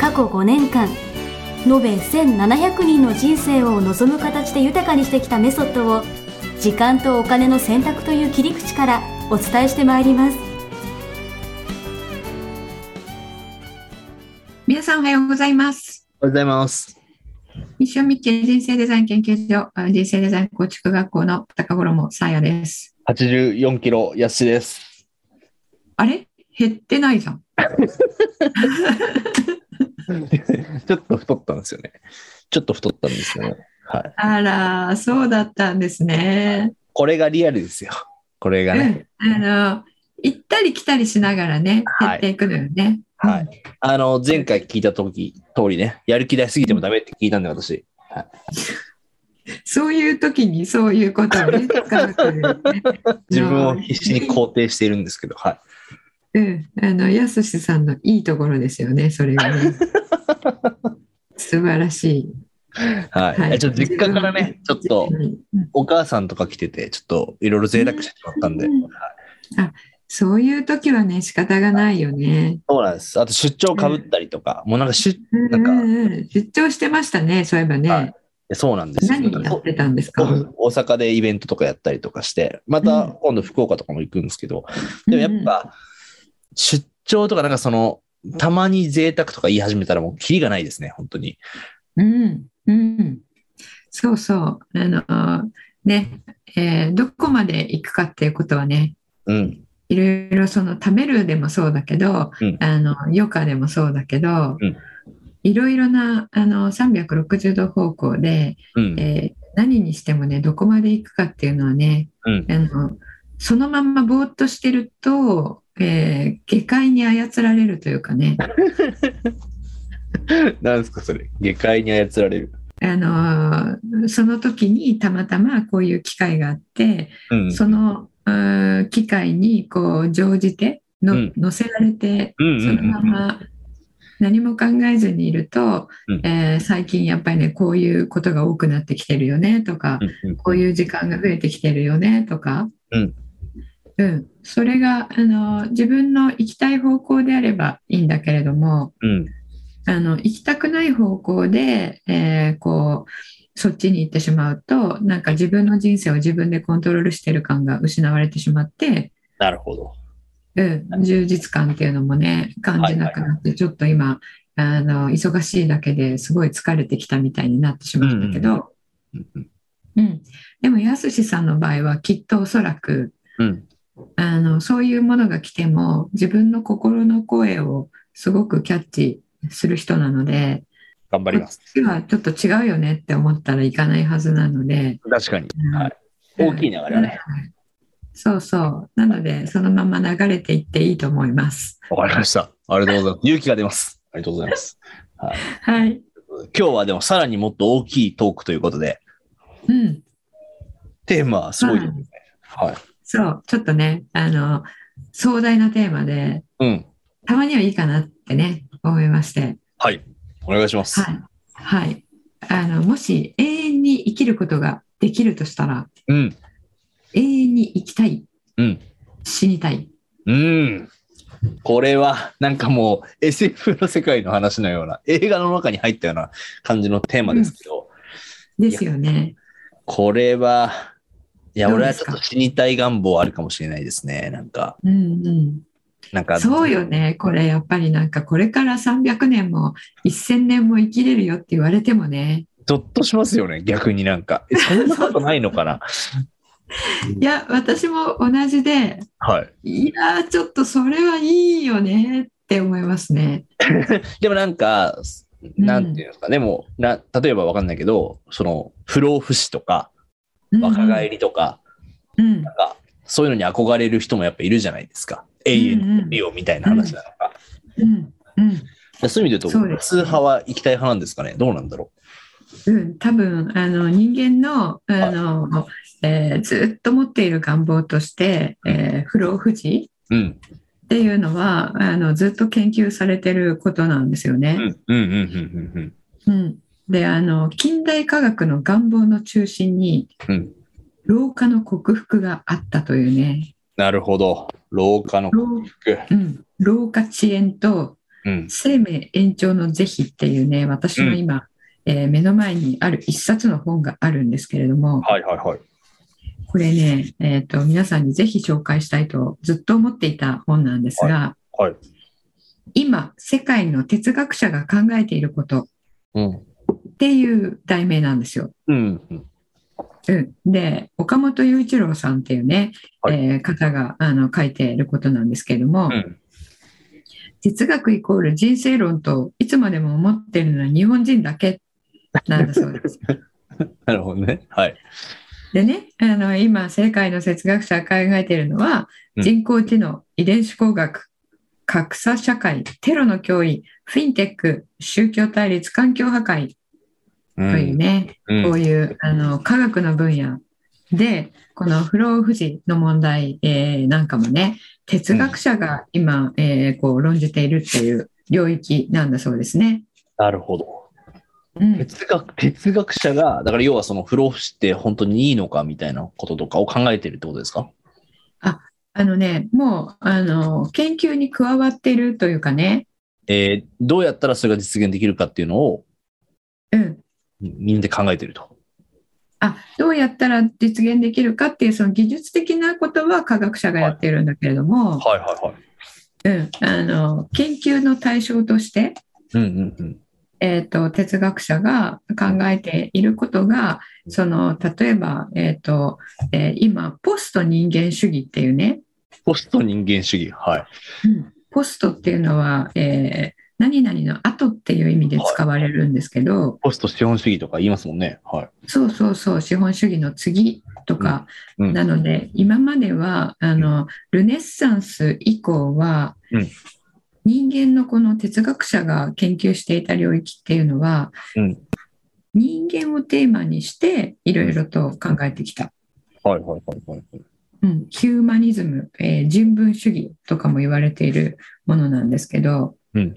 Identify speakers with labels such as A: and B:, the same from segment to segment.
A: 過去5年間延べ1700人の人生を望む形で豊かにしてきたメソッドを時間とお金の選択という切り口からお伝えしてまいります
B: 皆さんおはようございます。
C: おはようございます。
B: 西尾美希人生デザイン研究所あ人生デザイン構築学校の高衣さあやです。
C: 84キロ、やっしーです。
B: あれ減ってないじゃん。
C: ちょっと太ったんですよね。ちょっと太ったんですよね。はい。
B: あら、そうだったんですね。
C: これがリアルですよ。これがね。
B: うんあの行ったり来たりしながらね、減
C: はい
B: っていくのよね。
C: はい。あの、前回聞いた時通りね、やる気出しすぎてもダメって聞いたんで、私。
B: うんそういう時にそういうことを ね、使うというね
C: 自分を必死に肯定しているんですけど、はい。
B: うん、あの、やすしさんのいいところですよね、それが ね。素晴らしい。
C: はい。
B: はい
C: ちょっと実家からね、ちょっと
B: うん
C: お母さんとか来てて、ちょっといろいろ贅沢してしまったんで。
B: う
C: は
B: ん
C: い
B: そういう時はね、仕方がないよね。
C: そうなんです。あと出張かぶったりとか、もうなんか出、
B: うん
C: なんか
B: うんうん出張してましたね、そういえばね。
C: はいそうなんですよ。
B: 何やってたんですか
C: 大阪でイベントとかやったりとかして、また
B: うん
C: 今度福岡とかも行くんですけど、でもやっ、ぱ出張とかなんかその、たまに贅沢とか言い始めたらもうキリがないですね、本当に。
B: うんうんうん、そうそう、あのーねえーどこまで行くかっていうことはね、
C: うん。
B: いろいろその貯めるでもそうだけど、
C: うん
B: あの余暇でもそうだけど、
C: うん
B: いろいろなあの360度方向で、
C: うん。
B: えー何にしてもねどこまで行くかっていうのはね
C: うん。
B: あのそのまんまぼーっとしてると、えー下界に操られるというかね、
C: なんですか、それ。下界に操られる。
B: あのーその時にたまたまこういう機会があって、
C: うん。
B: そのうー機会にこう乗じての、
C: うん
B: 乗せられて
C: うん
B: そのまま何も考えずにいると、
C: うん
B: えー最近やっぱりねこういうことが多くなってきてるよねとか、
C: うん
B: こういう時間が増えてきてるよねとか、
C: うん
B: うんそれがあの自分の行きたい方向であればいいんだけれども
C: うん。
B: あの行きたくない方向で、えーこうそっちに行ってしまうとなんか自分の人生を自分でコントロールしてる感が失われてしまって、
C: なるほど。
B: うん、充実感っていうのもね感じなくなってちょっと今あの忙しいだけですごい疲れてきたみたいになってしまったけど。
C: うんうん
B: うん、でもやすしさんの場合はきっとおそらく
C: うん。
B: あのそういうものが来ても自分の心の声をすごくキャッチする人なので
C: 頑張り
B: こっ
C: ます。
B: ちはちょっと違うよねって思ったらいかないはずなので
C: 確かに。はい。
B: うん
C: 大きい流れはね。
B: はいそうそうなのでそのまま流れていっていいと思います
C: わかりました。ありがとうございます。勇気が出ます。ありがとうございます。
B: はい、
C: 今日はでもさらにもっと大きいトークということで、
B: うん、
C: テーマはすごいですね。はい。
B: そうちょっとねあの壮大なテーマで
C: うん。
B: たまにはいいかなってね思いまして
C: はい。お願いします。
B: はい。はい。あの、もし永遠に生きることができるとしたら、
C: うん。
B: 永遠に生きたい、
C: うん。
B: 死にたい。
C: うん。これは、なんかもう SF の世界の話のような、映画の中に入ったような感じのテーマですけど、
B: ですよね。
C: これは、いや、
B: どう
C: 俺
B: で
C: は
B: す
C: ち
B: か
C: ょっと死にたい願望あるかもしれないですね。なんか、
B: うんうん。
C: なんか、
B: そうよね。これ、やっぱりなんか、これから300年も1000年も生きれるよって言われてもね。
C: ゾッとしますよね。逆になんか。えそんなことないの かな
B: いや、私も同じで、
C: はい。
B: いやー、ちょっとそれはいいよねって思いますね。
C: でもなんか、なんていうんですか、でもな、例えばわかんないけど、その、不老不死とか、若返
B: り。
C: りとか、
B: うん。
C: なんか、そういうのに憧れる人もやっぱいるじゃないですか。永遠に
B: うんうん
C: いいよみたいな話なのか。
B: うん。うん。
C: やそういう意味で
B: そう
C: 言う
B: で
C: と、
B: す
C: 通派は行きたい派なんですかねどうなんだろ
B: うん、多分あの人間のあの、えーずっと持っている願望として、えー不老不死
C: ううん。
B: っていうのはあのずっと研究されてることなんですよ
C: う
B: ね。
C: ん。うん。うん。う
B: う
C: ん。
B: ん、であの近代科学の願望の中心に
C: うん。うん。
B: 老化の克服があったというね
C: なるほど。老化の克
B: 老,、
C: 服。
B: うん、老化遅延と
C: うん。
B: 生命延長の是非っていうね私の今、えー目の前にある一冊の本があるんですけれども、
C: はいはいはい。
B: これね、えっと皆さんにぜひ紹介したいとずっと思っていた本なんですが、
C: はい。
B: 今世界の哲学者が考えていること
C: うん。
B: っていう題名なんですよ。
C: うん。うん
B: うん、で岡本雄一郎さんっていうね、
C: はい
B: えー方があの書いていることなんですけれども、
C: うん。
B: 哲学イコール人生論といつまでも思っているのは日本人だけなんだそうです。
C: なるほどね。はい。
B: でねあの今世界の哲学者が考えているのは
C: うん
B: 人工知能、遺伝子工学格差社会テロの脅威フィンテック宗教対立環境破壊
C: う。
B: というんね、
C: うん
B: こういうあの科学の分野でこの不老不死の問題、えーなんかもね哲学者が今、えーこう論じているっていう領域なんだそうですね。
C: なるほど。
B: うん、
C: 哲学、哲学者が、だから要はその不老不死って本当にいいのかみたいなこととかを考えてるってことですか
B: あのねもうあの研究に加わってるというかね、
C: えーどうやったらそれが実現できるかっていうのを
B: うん、
C: みんなで考えてると。
B: あどうやったら実現できるかっていうその技術的なことは科学者がやってるんだけれども、
C: はいはいはい。
B: うん、あの研究の対象として、
C: うんうんうん。
B: えー、と哲学者が考えていることがその例えば、えーとえー今ポスト人間主義っていうね、
C: ポスト人間主義。はい。
B: ポストっていうのは、えー何々の後っていう意味で使われるんですけど、
C: ポスト資本主義とか言いますもんね。はい。
B: そうそうそう資本主義の次とか、
C: うんうん
B: なので今まではあのルネッサンス以降は、
C: うん
B: 人間のこの哲学者が研究していた領域っていうのは、
C: うん
B: 人間をテーマにしていろいろと考えてきた、
C: はいはいはいはい。
B: うん、ヒューマニズム、えー人文主義とかも言われているものなんですけど、
C: うん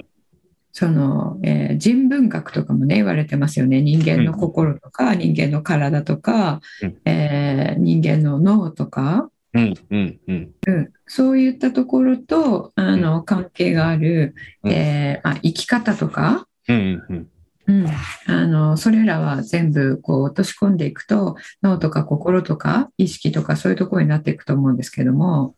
B: その、えー人文学とかもね言われてますよね人間の心とか、人間の体とか、
C: うん
B: えー人間の脳とか、
C: うんうんうん。
B: うん、そういったところとあの関係がある、
C: うん
B: えーまあ、生き方とか、
C: うんうんうん。
B: うん、あのそれらは全部こう落とし込んでいくと脳とか心とか意識とかそういうところになっていくと思うんですけども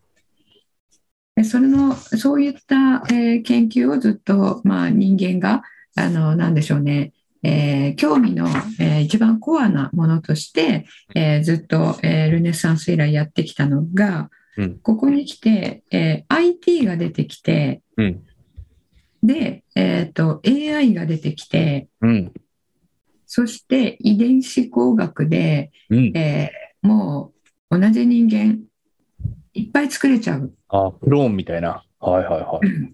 B: でそれのそういった、えー研究をずっと、まあ、人間があのなんでしょうね、えー興味の、えー一番コアなものとして、えーずっと、えールネサンス以来やってきたのが、
C: うん
B: ここに来て、えー IT が出てきて
C: うん
B: で、えー、と AI が出てきて。
C: うん
B: そして遺伝子工学で、
C: うん。
B: えーもう同じ人間いっぱい作れちゃう
C: あ、クローンみたいな。はいはいはい。
B: っ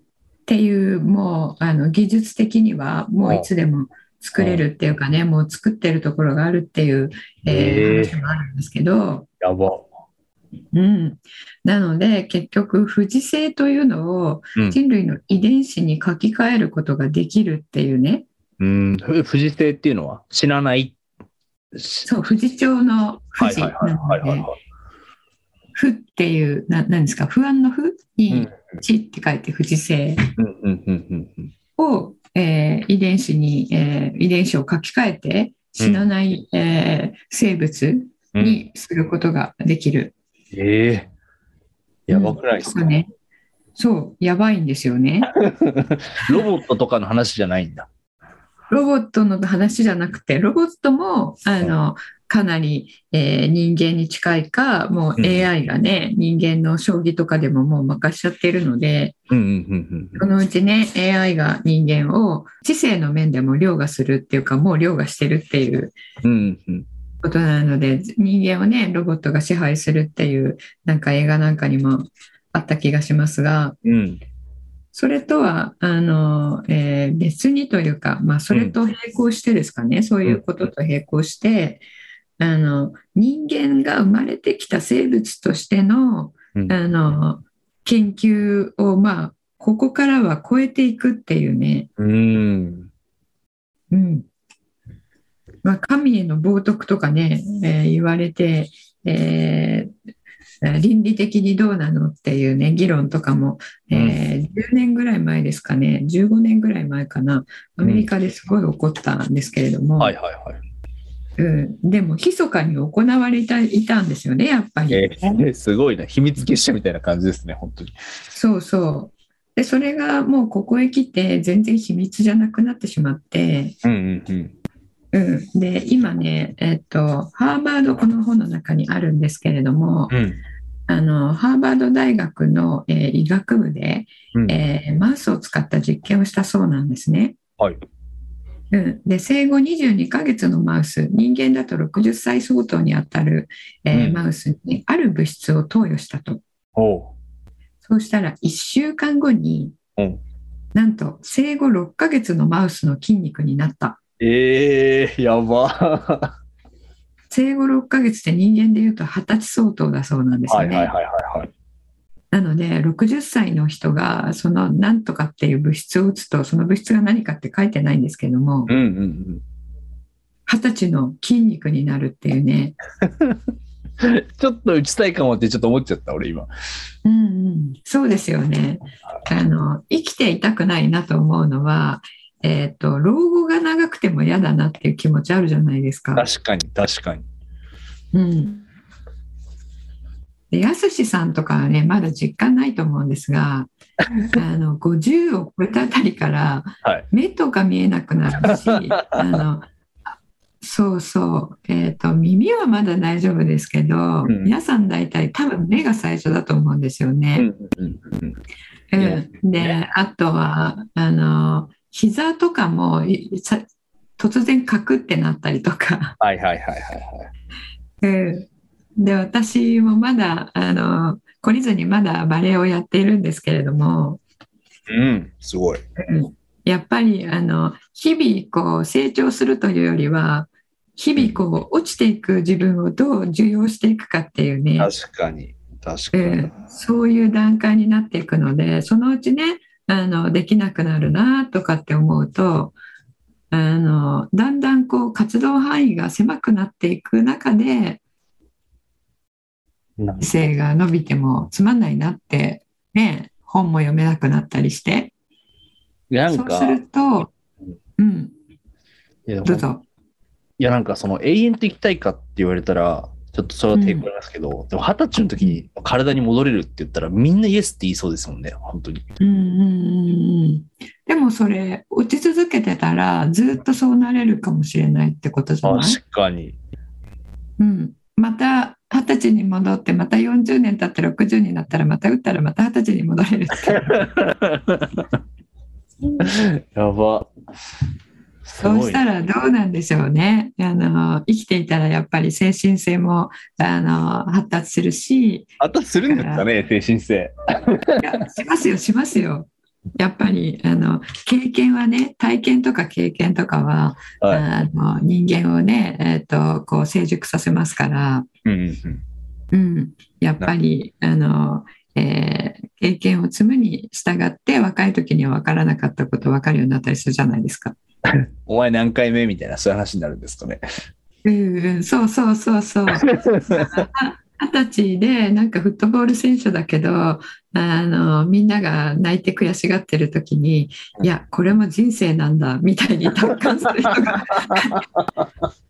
B: ていうもうあの技術的にはもういつでも作れるっていうかねもう作ってるところがあるっていう、えー
C: へー
B: 話もあるんですけど、
C: やば。
B: うん、なので結局不自性というのを
C: うん
B: 人類の遺伝子に書き換えることができるっていうね
C: うん。ふ不死性っていうのは死なない。し
B: そう不自調の不
C: はい
B: 自
C: は
B: ない
C: はいはい
B: の
C: はい
B: で
C: はい。
B: 不っていうななんですか不安の不
C: う
B: に
C: ん
B: 地って書いて不自性
C: うんうんうんうんうん。
B: を、えー遺伝子に、えー遺伝子を書き換えて死なない、えー生物
C: うん
B: にすることができる。
C: ええやばくないですか
B: うんとね。そうやばいんですよね。
C: ロボットとかの話じゃないんだ。
B: ロボットの話じゃなくてロボットもあのかなり、えー人間に近いかもう
C: うん
B: AI がね、人間の将棋とかでももう任しちゃってるので
C: うんうん
B: このうちね AI が人間を知性の面でも凌駕するっていうかもう凌駕してるっていう
C: うんうん。うんうん
B: ことなので人間をねロボットが支配するっていうなんか映画なんかにもあった気がしますが
C: うん。
B: それとはあの、えー別にというか、まあ、それと並行してですかね、そういうことと並行してあの人間が生まれてきた生物としての
C: うん
B: あの研究を、まあ、ここからは超えていくっていうね、
C: うん。
B: うんまあ、神への冒涜とかね、えー言われて、えー倫理的にどうなのっていうね議論とかも、えー10年ぐらい前ですかね15年ぐらい前かなアメリカですごい起こったんですけれども、
C: はいはいはい。
B: うん、でも密かに行われていたんですよねやっぱり。
C: えー、すごいな。秘密結社みたいな感じですね、本当に。
B: そうそうでそれがもうここへ来て全然秘密じゃなくなってしまって。
C: うんうんうん。
B: うん、で今ね、えっとハーバードこの本の中にあるんですけれども、
C: うん。
B: あのハーバード大学の、えー医学部で、
C: うん
B: えーマウスを使った実験をしたそうなんですね。
C: はい。
B: うん、で生後22ヶ月のマウス人間だと60歳相当にあたる、えー
C: うん
B: マウスにある物質を投与したと
C: おう。
B: そうしたら1週間後に、
C: うん
B: なんと生後6ヶ月のマウスの筋肉になった
C: ええやば。は
B: 生後6ヶ月って人間でいうと20歳相当だそうなんですよね。
C: いはい。
B: なので60歳の人がその何とかっていう物質を打つとその物質が何かって書いてないんですけども
C: うんうん
B: 20歳の筋肉になるっていうね、
C: うん。ちょっと打ちたいかもってちょっと思っちゃった、俺今。
B: うんうん、そうですよねあの生きていたくないなと思うのは、えー、と老後が長くても嫌だなっていう気持ちあるじゃないですか。
C: 確かに確かに。
B: うんでやすしさんとかはねまだ実感ないと思うんです があの50を超えたあたりから
C: はい
B: 目とか見えなくな るし、あのあそうそう、えー、と耳はまだ大丈夫ですけど、
C: ん
B: 皆さん大体多分目が最初だと思うんですよね。
C: うんうん。
B: うん
C: ね
B: であとはあの膝とかもいさ突然カクってなったりとか。
C: はいはいはいはい。
B: うんで私もまだあの懲りずにまだバレエをやっているんですけれども
C: うん、すごい。
B: やっぱりあの日々こう成長するというよりは日々こう落ちていく自分をどう受容していくかっていうね、
C: 確かに。確か
B: う
C: に。
B: ん、そういう段階になっていくのでそのうちねあのできなくなるなとかって思うとあのだんだんこう活動範囲が狭くなっていく中で
C: なんか
B: 生が伸びてもつまんないなってね本も読めなくなったりして
C: なん
B: そうす
C: か
B: るとうん
C: いや
B: どうぞ
C: いやなんかその永遠と生きたいかって言われたら、ちょっとそれは抵抗ありますけど、でも二十歳の時に体に戻れるって言ったら、みんなイエスって言いそうですもんね、本当に。
B: うんうんうんうんでもそれ落ち続けてたらずっとそうなれるかもしれないってことじゃない、
C: 確かに。
B: うん、また二十歳に戻ってまた40年経って60になったらまた打ったらまた二十歳に戻れ るって
C: やば。す
B: そう
C: ご
B: し
C: い
B: たらどうなんでしょうねあの生きていたらやっぱり精神性もあの発達するし
C: あとするんですかね、精神性。
B: いやしますよしますよやっぱりあの経験はね体験とか経験とかは、
C: はい。
B: あの人間をね、えー、とこう成熟させますから、
C: うんうんうん
B: うん、やっぱりあの、えー経験を積むに従って若い時には分からなかったこと分かるようになったりするじゃないですか。
C: お前何回目みたいな、そういう話になるんで すかね。
B: うんうん、そうそうそうそう。二十歳でなんかフットボール選手だけどあのみんなが泣いて悔しがってる時にいやこれも人生なんだみたいに達観する人が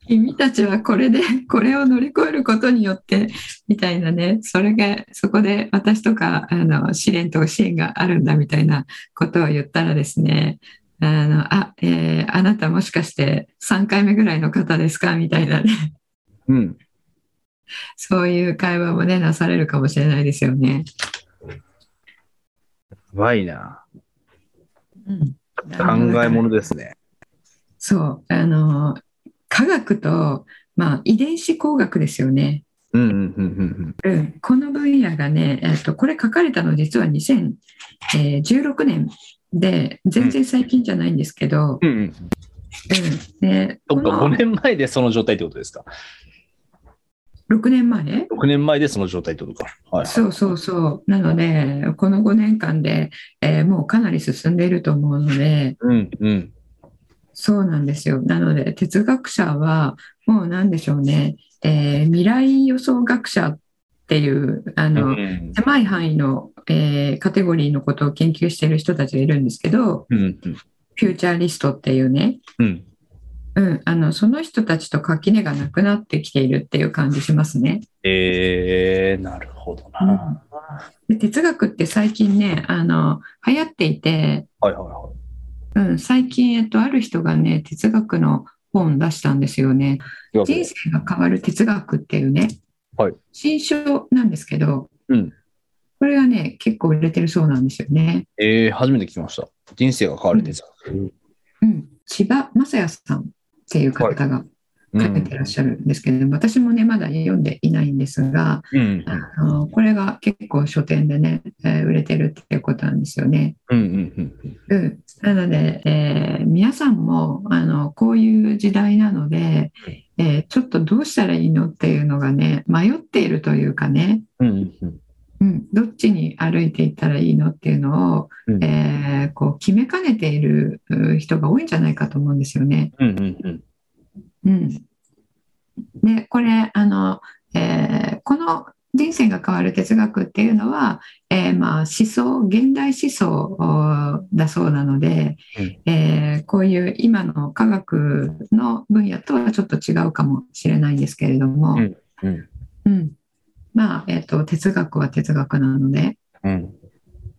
B: 君たちはこれでこれを乗り越えることによってみたいなねそれがそこで私とかあの試練と支援があるんだみたいなことを言ったらですねあのあ、えーあなたもしかして3回目ぐらいの方ですかみたいなね
C: うん。
B: そういう会話もね、なされるかもしれないですよね。
C: やばいな。考え
B: も
C: 物ですね。
B: そう、あの、科学と、まあ、遺伝子工学ですよね。
C: うんうんうんうん
B: うん、この分野がね、えっと、これ書かれたの実は2016年で、全然最近じゃないんですけど、
C: うん。うんうん。
B: うんで
C: そ
B: こ
C: っか、
B: の
C: 5年前でその状態ってことですか。
B: 6年前
C: 6年前でその状態ってことか。はい。
B: そうそうそう。なので、この5年間で、えーもうかなり進んでいると思うので、
C: うんうん。
B: そうなんですよ。なので、哲学者は、もうなんでしょうね、えー未来予想学者っていう、あ
C: う
B: の、
C: ん
B: 狭い範囲の、えーカテゴリーのことを研究している人たちがいるんですけど、
C: うんうん
B: フューチャーリストっていうね、
C: うん。
B: うん、あのその人たちと垣根がなくなってきているっていう感じしますね。
C: えー、なるほどな。
B: で哲学って最近ねあの流行っていて、
C: はいはいはい。
B: うん、最近、えっと、ある人がね哲学の本出したんですよね。
C: というわけ
B: 人
C: で
B: 生が変わる哲学っていうね、
C: はい
B: 新書なんですけど、
C: うん
B: これがね結構売れてるそうなんですよね。
C: えー、初めて聞きました。人生が変わる哲学。
B: うん、千葉雅也さんっていう方が、
C: う
B: 書いて
C: ん。
B: らっしゃるんですけれども、私もねまだ読んでいないんですが
C: うん
B: あのこれが結構書店でね、えー売れてるっていうことなんですよね。
C: うんうん
B: うん、なので、えー皆さんもあのこういう時代なので、えーちょっとどうしたらいいのっていうのがね迷っているというかね、
C: うんうんうん
B: うん、どっちに歩いていったらいいのっていうのを、
C: うん
B: えーこう決めかねているうん人が多いんじゃないかと思うんですよね。
C: うんうん
B: う
C: うん
B: ん、でこれあの、えーこの「人生が変わる哲学」っていうのは、えーまあ、思想現代思想おだそうなので、
C: うん
B: えーこういう今の科学の分野とはちょっと違うかもしれないんですけれども、
C: うん
B: うんまあえー、と哲学は哲学なので、
C: うん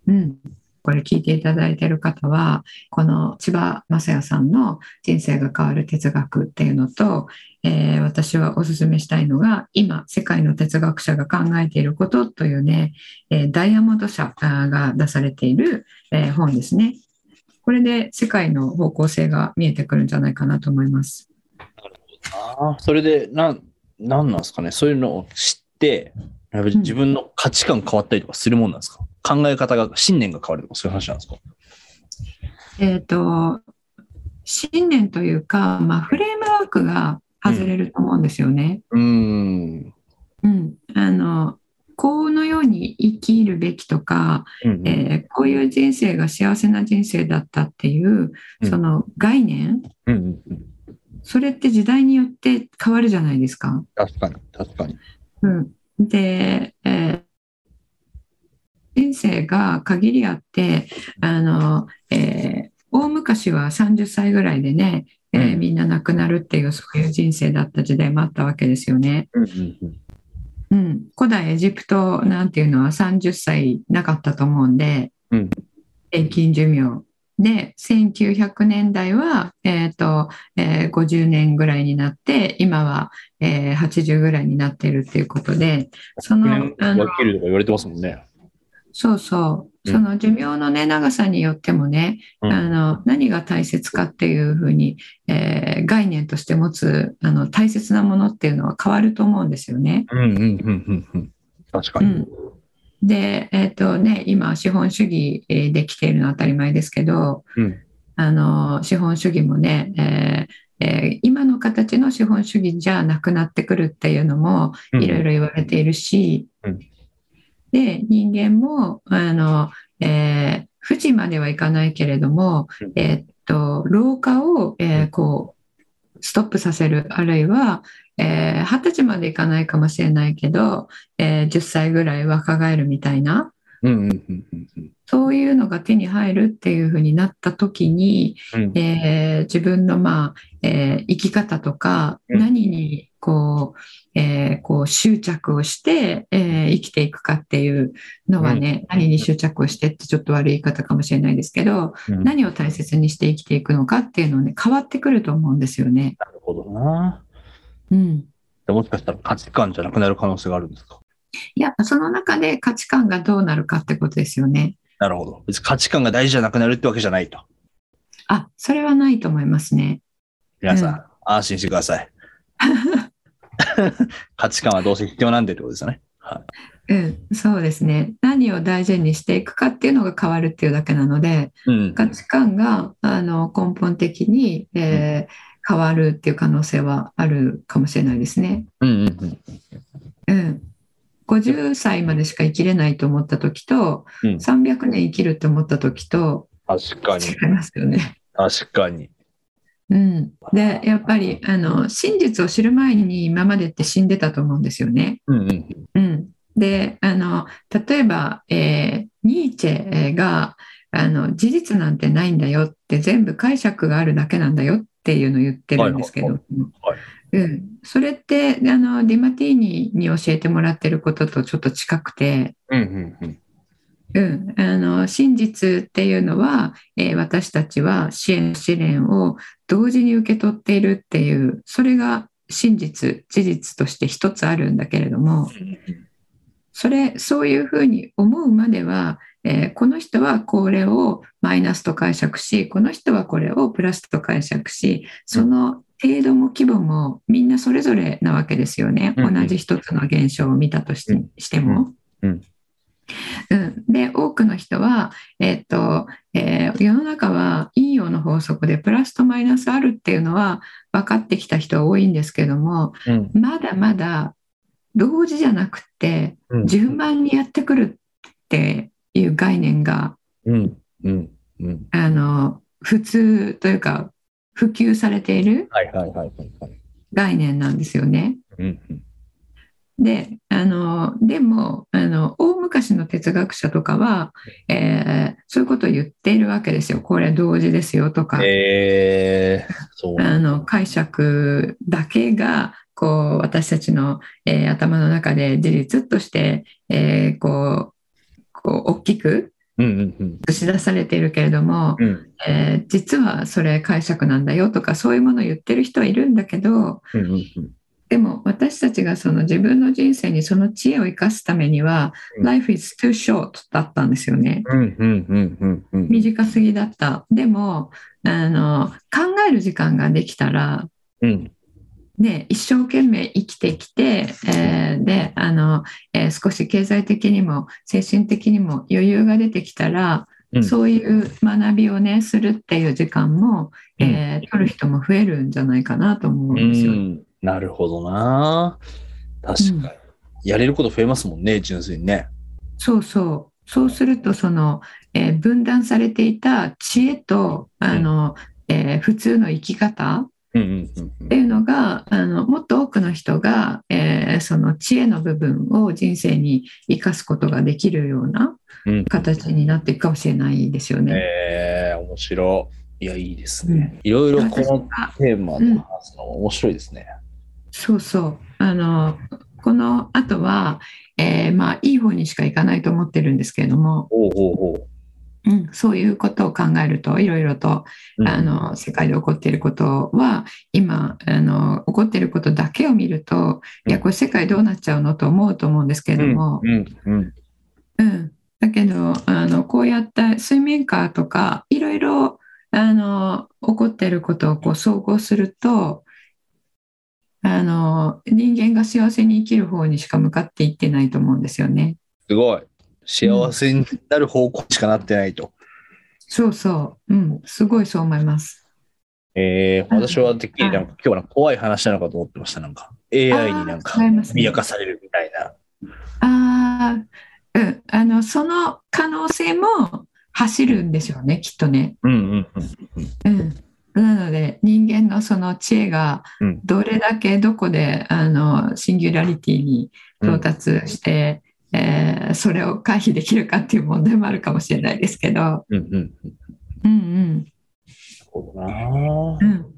B: うん、これ聞いていただいている方はこの千葉雅也さんの「人生が変わる哲学」っていうのと、えー私はおすすめしたいのが今世界の哲学者が考えていることというね、えーダイヤモンド社あーが出されている、えー本ですね。これで世界の方向性が見えてくるんじゃないかなと思います。
C: あーそれでなんなんなんですかねそういうのを知ってやっぱり自分の価値観変わったりとかするもんなんですか、考え方が信念が変わるとかそういう話なんですか
B: えー、と信念というか、まあ、フレームワークが外れると思うんですよね。
C: うーん
B: うん、あのこのように生きるべきとか、
C: うんうん
B: えーこういう人生が幸せな人生だったっていう
C: うん
B: その概念、
C: うんうんうん
B: それって時代によって変わるじゃないですか。
C: 確かに確かに
B: うん、で、えー人生が限りあってあの、えー大昔は30歳ぐらいでね、えー
C: うん
B: みんな亡くなるっていうそういう人生だった時代もあったわけですよね。
C: うんうんうん
B: うん、古代エジプトなんていうのは30歳なかったと思うんで、
C: うん
B: 平均寿命で1900年代は、えーとえー50年ぐらいになって今は、えー80ぐらいになっているっていうことでその
C: 100
B: あ
C: 年
B: の
C: 分けるとか言われてますもんね
B: そうそう
C: うん
B: その寿命の、ね、長さによってもね、
C: うん
B: あの何が大切かっていうふうに、えー概念として持つあの大切なものっていうのは変わると思うんですよね。
C: うんうんうんうんうん確かに、
B: うんで、えっとね、今資本主義えーできているのは当たり前ですけど、
C: うん
B: あの資本主義もね、えーえー今の形の資本主義じゃなくなってくるっていうのも
C: うん
B: いろいろ言われているし、
C: うん
B: で人間もあの、えー富士まではいかないけれども
C: うん、
B: えっと老化を、えーこうストップさせるあるいはえー二十歳までいかないかもしれないけど、えー10歳ぐらい若返るみたいな
C: うんうんうんうんうん
B: そういうのが手に入るっていう風になった時に、
C: うん
B: えー自分の、まあえー生き方とか
C: うん
B: 何にこう、えーこう執着をして、えー生きていくかっていうのはね、何に執着をしてってちょっと悪い言い方かもしれないですけど、
C: うんなる
B: 何を大切にして生きていくのかっていうのね変わってくると思うんですよね。
C: ほどな
B: うん
C: でもしかしたら価値観じゃなくなる可能性があるんですか
B: いや、その中で価値観がどうなるかってことですよね。
C: なるほど。別に価値観が大事じゃなくなるってわけじゃないと。
B: あ、それはないと思いますね。
C: 皆さん、
B: うん
C: 安心してください。 価値観はどうせ必要なんでってことですよね。は
B: う
C: い。
B: ん、そうですね。何を大事にしていくかっていうのが変わるっていうだけなので、
C: うん。
B: 価値観があの根本的に、えー変わるっていう可能性はあるかもしれないですね。
C: うんうんうん。
B: うん、50歳までしか生きれないと思った時と、
C: うん
B: 300年生きるって思った時と
C: 確かに。
B: 違いますよね。
C: 確かに。
B: うん、でやっぱりあの真実を知る前に今までって死んでたと思うんですよね。
C: うんうん。
B: うん、であの例えば、えーニーチェがあの事実なんてないんだよって全部解釈があるだけなんだよっていうのを言ってるんですけど、
C: はいはい
B: うん、それってあのディマティーニに教えてもらってることとちょっと近くて、
C: うんうんうん。
B: うん、あの真実っていうのは、えー私たちは支援試練を同時に受け取っているっていうそれが真実事実として一つあるんだけれども、それそういうふうに思うまでは、えーこの人はこれをマイナスと解釈しこの人はこれをプラスと解釈しその程度も規模もみんなそれぞれなわけですよね、
C: うんうん
B: 同じ一つの現象を見たとして,、
C: うん
B: しても。
C: う
B: う
C: ん
B: んで多くの人は、えっとえー世の中は陰陽の法則でプラスとマイナスあるっていうのは分かってきた人は多いんですけども
C: うん
B: まだまだ同時じゃなくて
C: うん
B: 順番にやってくるっていう概念が
C: うんうんうん。
B: あの普通というか普及されている
C: はいはいはいはいはい。
B: 概念なんですよね。
C: うんうん
B: であのでもあの大昔の哲学者とかは、えーそういうことを言っているわけですよ。これ同時ですよとか、
C: えー、そう。
B: あの解釈だけがこう私たちの、えー頭の中で事実として、えーこうこう大きく
C: うんうんうん。
B: 映し出されているけれども、
C: うん
B: えー実はそれ解釈なんだよとかそういうものを言ってる人はいるんだけど
C: うんうんうん。
B: でも私たちがその自分の人生にその知恵を生かすためには「
C: うん
B: Life is too short」だったんですよね。
C: うんうんうんうんうん。
B: 短すぎだった。でもあの考える時間ができたら、
C: うん
B: ね、一生懸命生きてきて、えーであの、えー少し経済的にも精神的にも余裕が出てきたら
C: うん。
B: そういう学びをねするっていう時間も、
C: うん
B: えー取る人も増えるんじゃないかなと思うんですよ。
C: ん、なるほどな。確かに、
B: うん
C: やれること増えますもんね、純粋にね。
B: そうそうそうするとその、えー分断されていた知恵とあの、えー普通の生き方
C: うんうんう
B: っ
C: ん
B: ていうのがあのもっと多くの人が、えーその知恵の部分を人生に生かすことができるような
C: うん。うん
B: 形になっていくかもしれないですよね。
C: えー、面白い。いや、いいですね。いろいろこ
B: 私
C: の
B: は
C: テーマで話すのも面白いですね。
B: そうそう。あの、この後は、えーまあ、いい方にしかいかないと思ってるんですけれども、
C: おうおうおう。
B: うん、そういうことを考えると、いろいろと、
C: うん
B: あ、の、世界で起こっていることは、今、あの、起こっていることだけを見ると、
C: うん
B: いや、これ世界どうなっちゃうのと思うと思うんですけれ
C: う
B: ど
C: ん
B: も、
C: うんうん
B: うん。だけど、あの、こうやった水面下とか、いろいろ、あの、起こっていることをこう総合すると、あの、人間が幸せに生きる方にしか向かっていってないと思うんですよね。
C: すごい。幸せになる方向しかなってないと。
B: そうそう。うん。すごいそう思います。
C: えー、
B: うん
C: 私はてっきりなんか、今日は怖い話なのかと思ってました。なんか AI になんか
B: あー違いますね
C: 脅かされるみたいな。
B: ああ、うん。あの、その可能性も走るんでしょうね、きっとね。
C: うんうんうん。
B: うん、なので人間のその知恵が
C: うん
B: どれだけどこで、あのシンギュラリティに到達して、えーそれを回避できるかっていう問題もあるかもしれないですけど、
C: うんうん。なる
B: うん
C: ほどな
B: うんう。ん、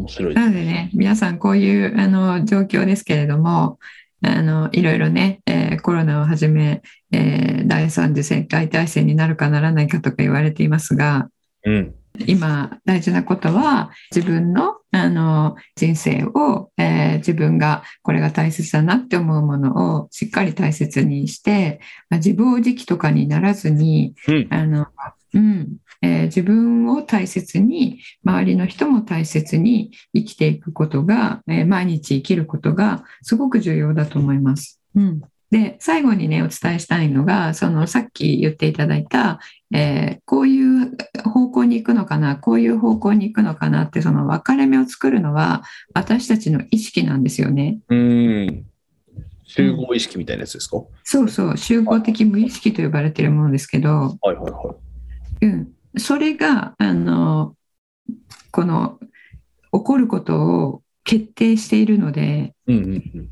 C: 面白いです
B: なのでね皆さんこういうあの状況ですけれどもあのいろいろね、えーコロナをはじめ、えー第三次世界大戦になるかならないかとか言われていますが、
C: うん。
B: 今大事なことは自分のあの人生を、えー自分がこれが大切だなって思うものをしっかり大切にして、まあ、自暴自棄とかにならずに
C: うん
B: あの、うんええー自分を大切に周りの人も大切に生きていくことが、えー毎日生きることがすごく重要だと思います。うん、で最後にねお伝えしたいのがそのさっき言っていただいた、えーこういう方向に行くのかなこういう方向に行くのかなってその分かれ目を作るのは私たちの意識なんですよね。
C: うん。集合意識みたいなやつですか、
B: そうそう、集合的無意識と呼ばれているものですけど、
C: はいはいは
B: う
C: い。
B: ん、それが、あの、この、起こることを決定しているので、
C: うんうんうん。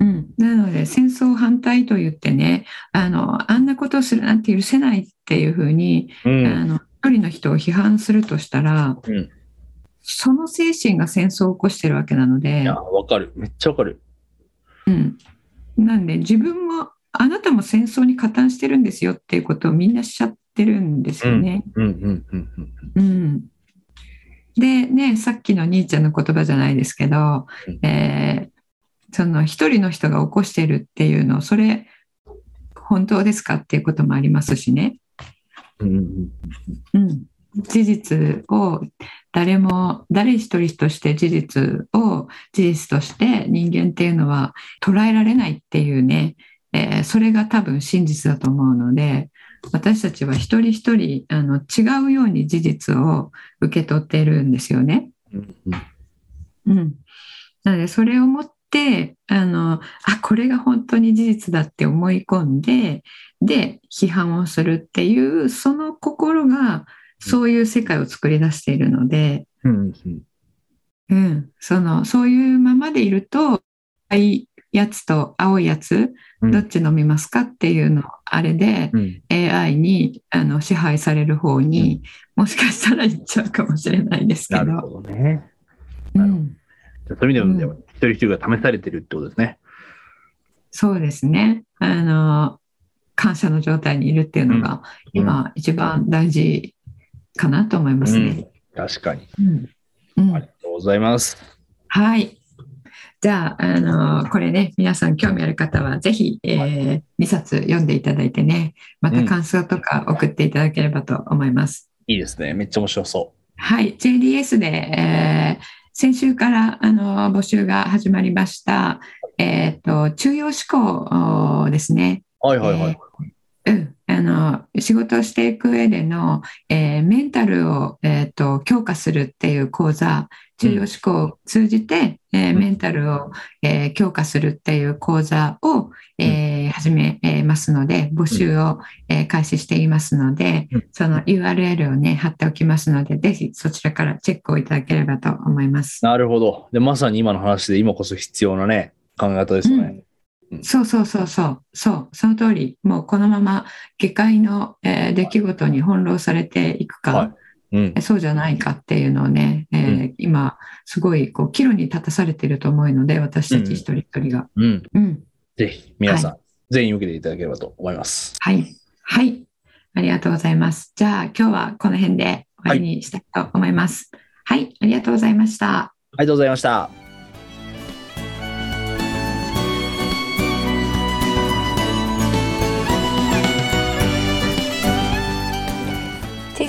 B: うん、なので戦争反対と言ってね、あの、あんなことをするなんて許せないっていうふうに、
C: うん
B: あの、一人の人を批判するとしたら、
C: うん
B: その精神が戦争を起こしてるわけなので、
C: いや、わかる。めっちゃわかる。
B: うん、なんで自分もあなたも戦争に加担してるんですよっていうことをみんなしちゃってるんですよね。
C: うんうんうんうん。
B: うんでねさっきの兄ちゃんの言葉じゃないですけど、えーその一人の人が起こしてるっていうのそれ本当ですかっていうこともありますしね。
C: うんうん
B: うん、事実を誰も誰一人として事実を事実として人間っていうのは捉えられないっていうね、えーそれが多分真実だと思うので私たちは一人一人あの違うように事実を受け取っているんですよね。
C: うんうん
B: うん、なのでそれをもってあのあこれが本当に事実だって思い込んでで批判をするっていうその心がそういう世界を作り出しているので、
C: うんうん
B: うん、そのそういうままでいると赤いやつと青いやつ
C: うん
B: どっち飲みますかっていうのあれで
C: うん
B: AI にあの支配される方にもしかしたら行っちゃうかもしれないですけ
C: な
B: ど。
C: るほどね。
B: う
C: なるほど
B: ん
C: じゃあそういう意味では、
B: う
C: 一人一人が試されてるってことですね。
B: そうですね。あの、感謝の状態にいるっていうのが、今一番大事かなと思いますね。
C: うん確かに。
B: うん。うん
C: ありがとうございます。
B: はい。じゃあ、あの、これね、皆さん興味ある方は、ぜひ、えー、2冊読んでいただいてね、また感想とか送っていただければと思います。
C: いいですね。めっちゃ面白そ
B: はい、JDS で、えー先週からあの募集が始まりました、えー、と中庸思考おですね。
C: う。はいはいはい。
B: うん、 あの仕事をしていく上での、えーメンタルを、えー、と強化するっていう講座重要思考を通じて、えー
C: うん
B: メンタルを、えー強化するっていう講座を、えー始めえーますので募集を、えー開始していますので
C: うん
B: その URL をね貼っておきますのでぜひそちらからチェックをいただければと思います。
C: なるほど。で、まさに今の話で今こそ必要なね、考え方ですよね。
B: そうそうそうそう、そう、その通り、もうこのまま下界の、えー出来事に翻弄されていくか、
C: はいうん。
B: そうじゃないかっていうのをね、えー
C: う
B: 今すごいこう岐路に立たされてると思うので私たち一人一人が。
C: うん。
B: うん、
C: ぜひ、皆さん、全員受けていただければと思います。
B: はい、はい、ありがとうございます。じゃあ今日はこの辺で終わりにしたいと思います。はい、ありがとうございました。
C: ありがとうございました。
D: 人